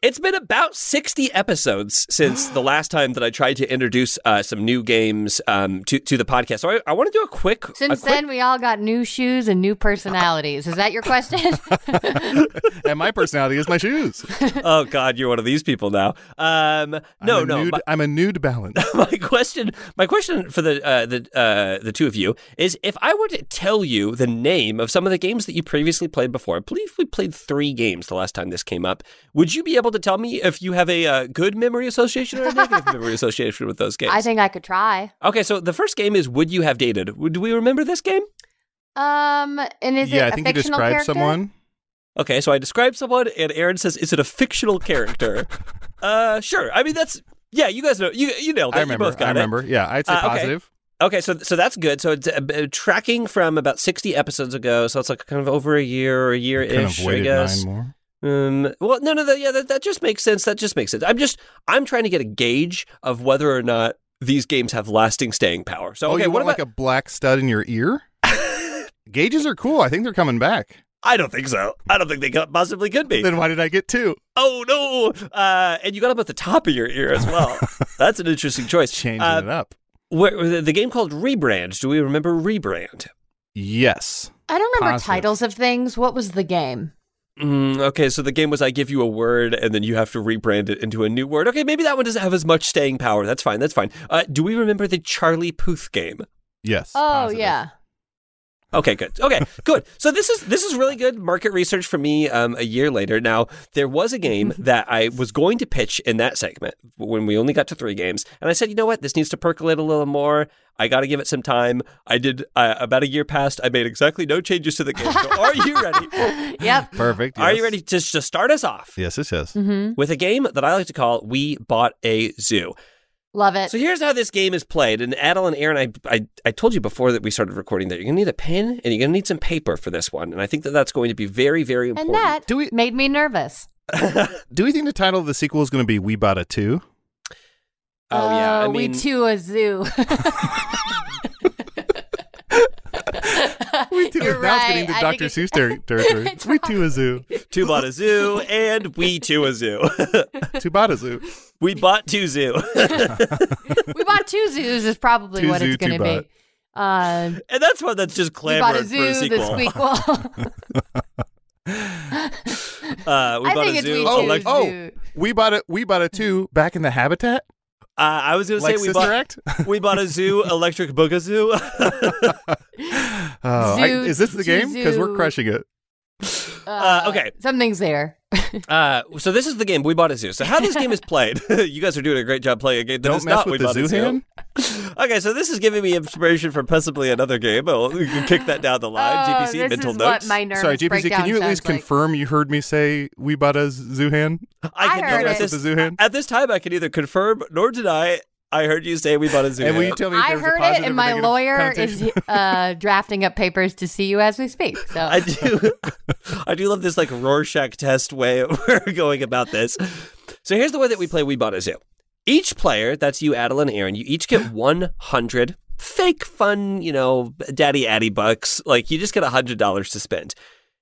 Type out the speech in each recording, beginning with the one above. It's been about 60 episodes since the last time that I tried to introduce uh, some new games um, to, to the podcast. So I, I want to do a quick. a Since quick- then, we all got new shoes and new personalities. Is that your question? and my personality is my shoes. Oh, God, you're one of these people now. Um, no, I'm a no. nude, my- I'm a nude balance. my question my question for the uh, the uh, the two of you is if I were to tell you the name of some of the games that you previously played before, I believe we played three games the last time this came up. Would you be able to tell me if you have a uh, good memory association or a negative memory association with those games? I think I could try. okay, so the first game is Would You Have Dated? Would- Do we remember this game? Um, and is yeah, it I think a you fictional described character? someone. Okay, so I describe someone, and Aaron says, "Is it a fictional character?" uh, sure. I mean, that's yeah. You guys know you you nailed it. I You remember. both got I it. remember. Yeah, I'd say Uh, okay. positive. Okay, so so that's good. So it's uh, b- tracking from about sixty episodes ago. So it's like kind of over a year or a year Kind ish, of I waited guess. nine more. Um, well, no, no, that, yeah, that, that just makes sense. That just makes sense. I'm just I'm trying to get a gauge of whether or not these games have lasting staying power. So oh, okay, you what want about? like a black stud in your ear? Gauges are cool. I think they're coming back. I don't think so. I don't think they could, possibly could be. Then why did I get two? oh no! Uh, and you got them at the top of your ear as well. that's an interesting choice. Changing Uh, it up. where, the, the game called Rebrand. Do we remember Rebrand? Yes. I don't remember Positive. titles of things. What was the game? Mm, okay, so the game was I give you a word and then you have to rebrand it into a new word. Okay, maybe that one doesn't have as much staying power. That's fine. That's fine. Uh, do we remember the Charlie Puth game? Yes. Oh positive. yeah. Okay, good. Okay, good. So this is this is really good market research for me. Um, a year later, now there was a game that I was going to pitch in that segment when we only got to three games, and I said, you know what, this needs to percolate a little more. I got to give it some time. I did uh, about a year passed. I made exactly no changes to the game. So are you ready? Yep. Perfect. Are you yes. ready to, to start us off? Yes, yes, yes. Mm-hmm. with a game that I like to call We Bought a Zoo. Love it. So here's how this game is played. And Adel and Aaron, I, I, I told you before that we started recording that you're going to need a pen and you're going to need some paper for this one. And I think that that's going to be very, very and important. that Do we- made me nervous. Do we think the title of the sequel is going to be We Bought a Two? oh, yeah. I Oh, mean, we to a zoo. You're Now it's right. getting to I think Dr. it's- Seuss ter- territory. It's we two a zoo. two bought a zoo and we to a zoo. Two bought a zoo. we bought two zoo. we bought two zoos is probably Two what zoo, it's going two to be. Uh, and that's one that's just we bought a clamored for a zoo, the sequel. squeakquel. Uh, we I bought think a it's zoo. we Oh, too. like- a oh, zoo. we bought a we bought a Mm-hmm. two back in the habitat. uh, I was going to Like say we Sister bought, Act. we bought a zoo, electric boogazoo. Oh, I- Zoo, is this the game? Because we're zoo. crushing it. Uh, okay. Something's there. Uh, so this is the game we bought a zoo. So how this game is played? you guys are doing a great job playing a game. That Don't is mess not with we the bought a zoo hand. Okay, so this is giving me inspiration for possibly another game. Oh, you can kick that down the line. oh, GPC this mental is notes. What my nervous Sorry, GPC. Can breakdown you at least sounds like. confirm you heard me say we bought a zoo hand? I can either heard it. at With the this, zoo hand. at this time I can either confirm nor deny. I heard you say we bought a zoo. And will hand. you tell me? If I there was a heard it, positive or and my negative lawyer connotation? is uh, drafting up papers to see you as we speak. So I do. I do love this like Rorschach test way we're going about this. So here's the way that we play We Bought a Zoo. Each player, that's you, Adel and Aaron, you each get 100 fake fun, you know, daddy addy bucks. Like you just get $100 to spend.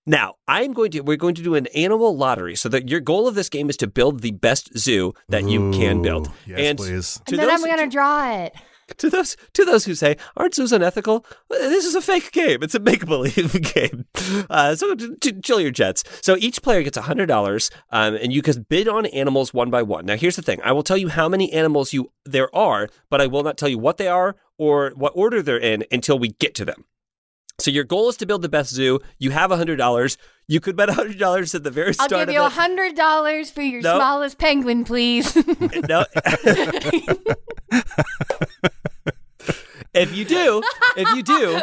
Now, I'm going to we're going to do an animal lottery so that your goal of this game is to build the best zoo that you can build. Ooh, Yes, and please. to and then I'm those- going to draw it. to those to those who say aren't zoos unethical, this is a fake game. It's a make believe game. Uh, so ch- ch- chill your jets. So each player gets hundred dollars, um, and you can bid on animals one by one. Now here's the thing: I will tell you how many animals you there are, but I will not tell you what they are or what order they're in until we get to them. So your goal is to build the best zoo. You have $100. You could bet $100 at the very I'll start give of you it. a hundred dollars for your No. smallest penguin, please. no. if you do, if you do,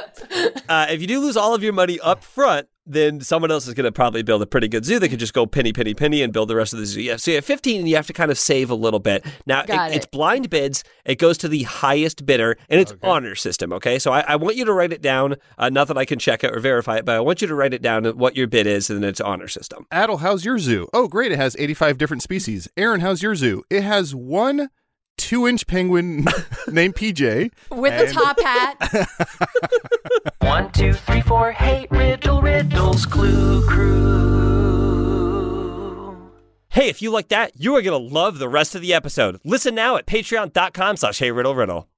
uh, if you do lose all of your money up front, then someone else is going to probably build a pretty good zoo. They could just go penny, penny, penny, and build the rest of the zoo. Yeah. So you have 15, and you have to kind of save a little bit. Now Got it's it. blind bids. It goes to the highest bidder, and it's honor system. Okay. So I, I want you to write it down. Uh, not that I can check it or verify it, but I want you to write it down what your bid is, and then it's honor system. Adel, how's your zoo? Oh, great. It has 85 different species. Aaron, how's your zoo? It has one two inch penguin named PJ. With the top hat. One, two, three, four. Hey, riddle, riddles, clue, crew. Hey, if you like that, you are going to love the rest of the episode. Listen now at patreon.com slash hey riddle riddle.